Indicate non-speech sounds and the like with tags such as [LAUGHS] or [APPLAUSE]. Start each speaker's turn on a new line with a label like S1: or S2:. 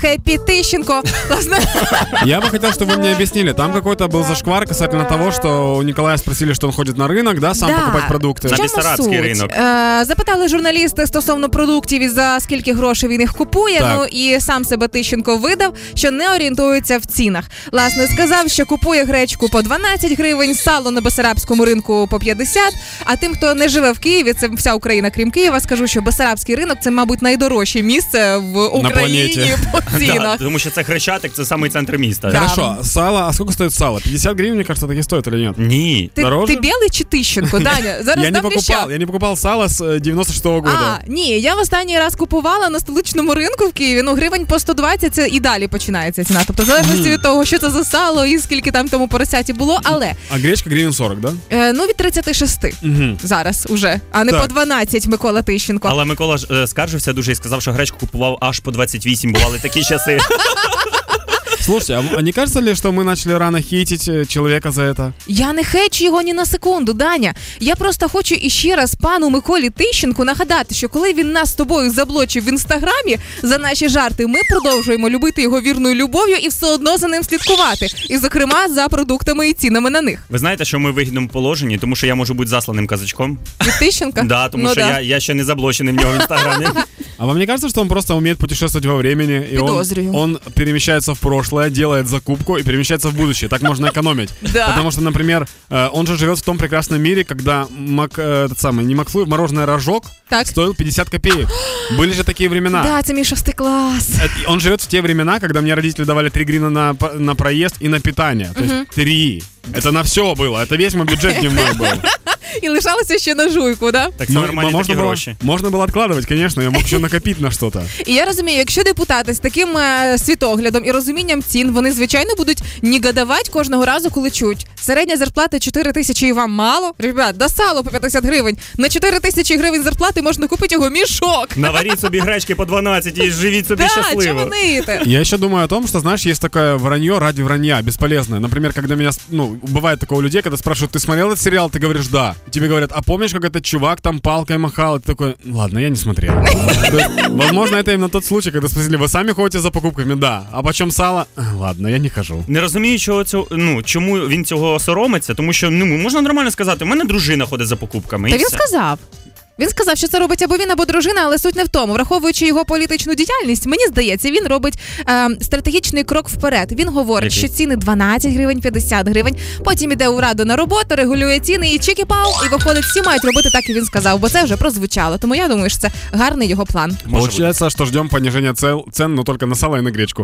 S1: Хэппи
S2: [LAUGHS]
S1: Тыщенко. Классно.
S2: Я бы хотел, чтобы вы мне объяснили. Там какой-то был зашквар касательно того, что у Николая спросили, что он ходит на ринок, да, сам
S1: Да.
S2: покупать продукти.
S1: В чому
S3: Бессарабський
S1: суть?
S3: ринок.
S1: Е, запитали журналісти стосовно продуктів і за скільки грошей він їх купує.
S2: Так.
S1: Ну і сам себе Тищенко видав, що не орієнтується в цінах. Власне, сказав, що купує гречку по 12 гривень, сало на Бесарабському ринку по 50. А тим, хто не живе в Києві, це вся Україна, крім Києва, скажу, що Бесарабський ринок це, мабуть, найдорожче місце в Україні
S2: планеті. [LAUGHS]
S1: по
S3: Да,
S1: цінах.
S3: тому що це Хрещатик, це самий центр міста.
S1: Да.
S2: Хорошо, сало, а сколько стоит сало? 50 гривен, мне кажется, таки стоит или нет?
S3: Ні.
S1: Ти,
S2: Дороже?
S1: ти білий чи
S2: [LAUGHS]
S1: Тищенко? Даня, зараз
S2: Я не
S1: дам
S2: покупал,
S1: ліща.
S2: я не покупал сало с э, 96-го
S1: А,
S2: года.
S1: ні, я в останній раз купувала на столичному ринку в Києві. Ну, гривень по 120 це і далі починається ціна. Тобто, в залежності від того, що це за сало і скільки там тому поросяті було. Але
S2: А гречка гривен 40, да?
S1: е, ну від 36
S2: Угу.
S1: зараз уже, а не
S2: Так.
S1: по 12, Микола Тищенко.
S3: Але Микола ж е, скаржився дуже і сказав, що гречку купував аж по 28, бували
S1: [LAUGHS]
S3: такі часи.
S2: Слушайте, а, в- а не кажется ли, что мы начали рано хейтить э, человека за это?
S1: Я не хечу його ні на секунду, Даня. Я просто хочу іще раз пану Миколі Тищенку нагадати, що коли він нас з тобою заблочив в інстаграмі за наші жарти, ми продовжуємо любити його вірною любов'ю і все одно за ним слідкувати. І, зокрема, за продуктами і цінами на них.
S3: Ви знаєте, що ми в вигідному положенні, тому що я можу бути засланим казачком.
S1: Від Тищенка?
S3: Да, тому
S1: Ну
S3: що Я, я ще не заблочений в нього
S1: [LAUGHS]
S3: в інстаграмі.
S2: А вам не кажется, что он просто умеет путешествовать во времени? И он,
S1: Подозрю.
S2: он перемещается в прошлое, делает закупку и перемещается в будущее. Так можно экономить.
S1: [LAUGHS] Да.
S2: Потому что, например, э, он же живет в том прекрасном мире, когда мак, э, этот самый, не Макфлуй, мороженое рожок
S1: Так.
S2: стоил
S1: [GASPS]
S2: 50 копеек. Были же такие времена.
S1: Да, це мій шостий клас.
S2: Э, и Он живет в те времена, когда мне родители давали 3 грина на, по- на проезд и на питание. То есть 3. Это на все было. Это весь мой бюджет дневной был.
S1: І лишалося ще на жуйку, да?
S3: Так це
S2: Ну,
S3: нормальні такі
S2: можно, было,
S3: гроші.
S2: можно было откладывать, конечно. Я мог еще накопить на что-то.
S1: І я розумію, якщо депутати з таким е, світоглядом і розумінням цін, вони звичайно будуть нігадавати кожного разу, коли чують. Середня зарплата 4 тисячі і вам мало. Ребят, да сало по 50 гривень. На 4 тисячі гривень зарплати можна купити його мішок.
S3: Наваріть собі гречки по 12 і живіть собі
S1: Да, чого
S3: щасливо.
S1: ниєте?
S2: Я еще думаю о том, что, знаешь, есть такое вранье ради вранья, бесполезное. Например, когда меня, с- ну, бывает такого у людей, когда спрашивают, ты смотрел этот сериал? Ты говоришь, да. И тебе говорят, а помнишь, как этот чувак там палкой махал? И ты такой, ладно, я не смотрел. [LAUGHS] То есть, Возможно, это именно тот случай, когда спросили, вы сами ходите за покупками? Да. А почем сало? «Э, Ладно, я не хожу.
S3: Не розумію, чого цього, ну чому він цього соромиться, тому що ну можна нормально сказати, у мене дружина ходить за покупками. і
S1: Та він
S3: все.
S1: сказав. Він сказав, що це робить або він, або дружина, але суть не в тому. Враховуючи його політичну діяльність, мені здається, він робить е, стратегічний крок вперед. Він говорить,
S3: Який?
S1: що ціни 12 гривень, 50 гривень. Потім іде у раду на роботу, регулює ціни і чики-пау, і виходить, всі мають робити так, як він сказав, бо це вже прозвучало. Тому я думаю, що це гарний його план.
S3: Може бути.
S2: Получается, что ждем понижения цел- цен, но только на сало и на гречку.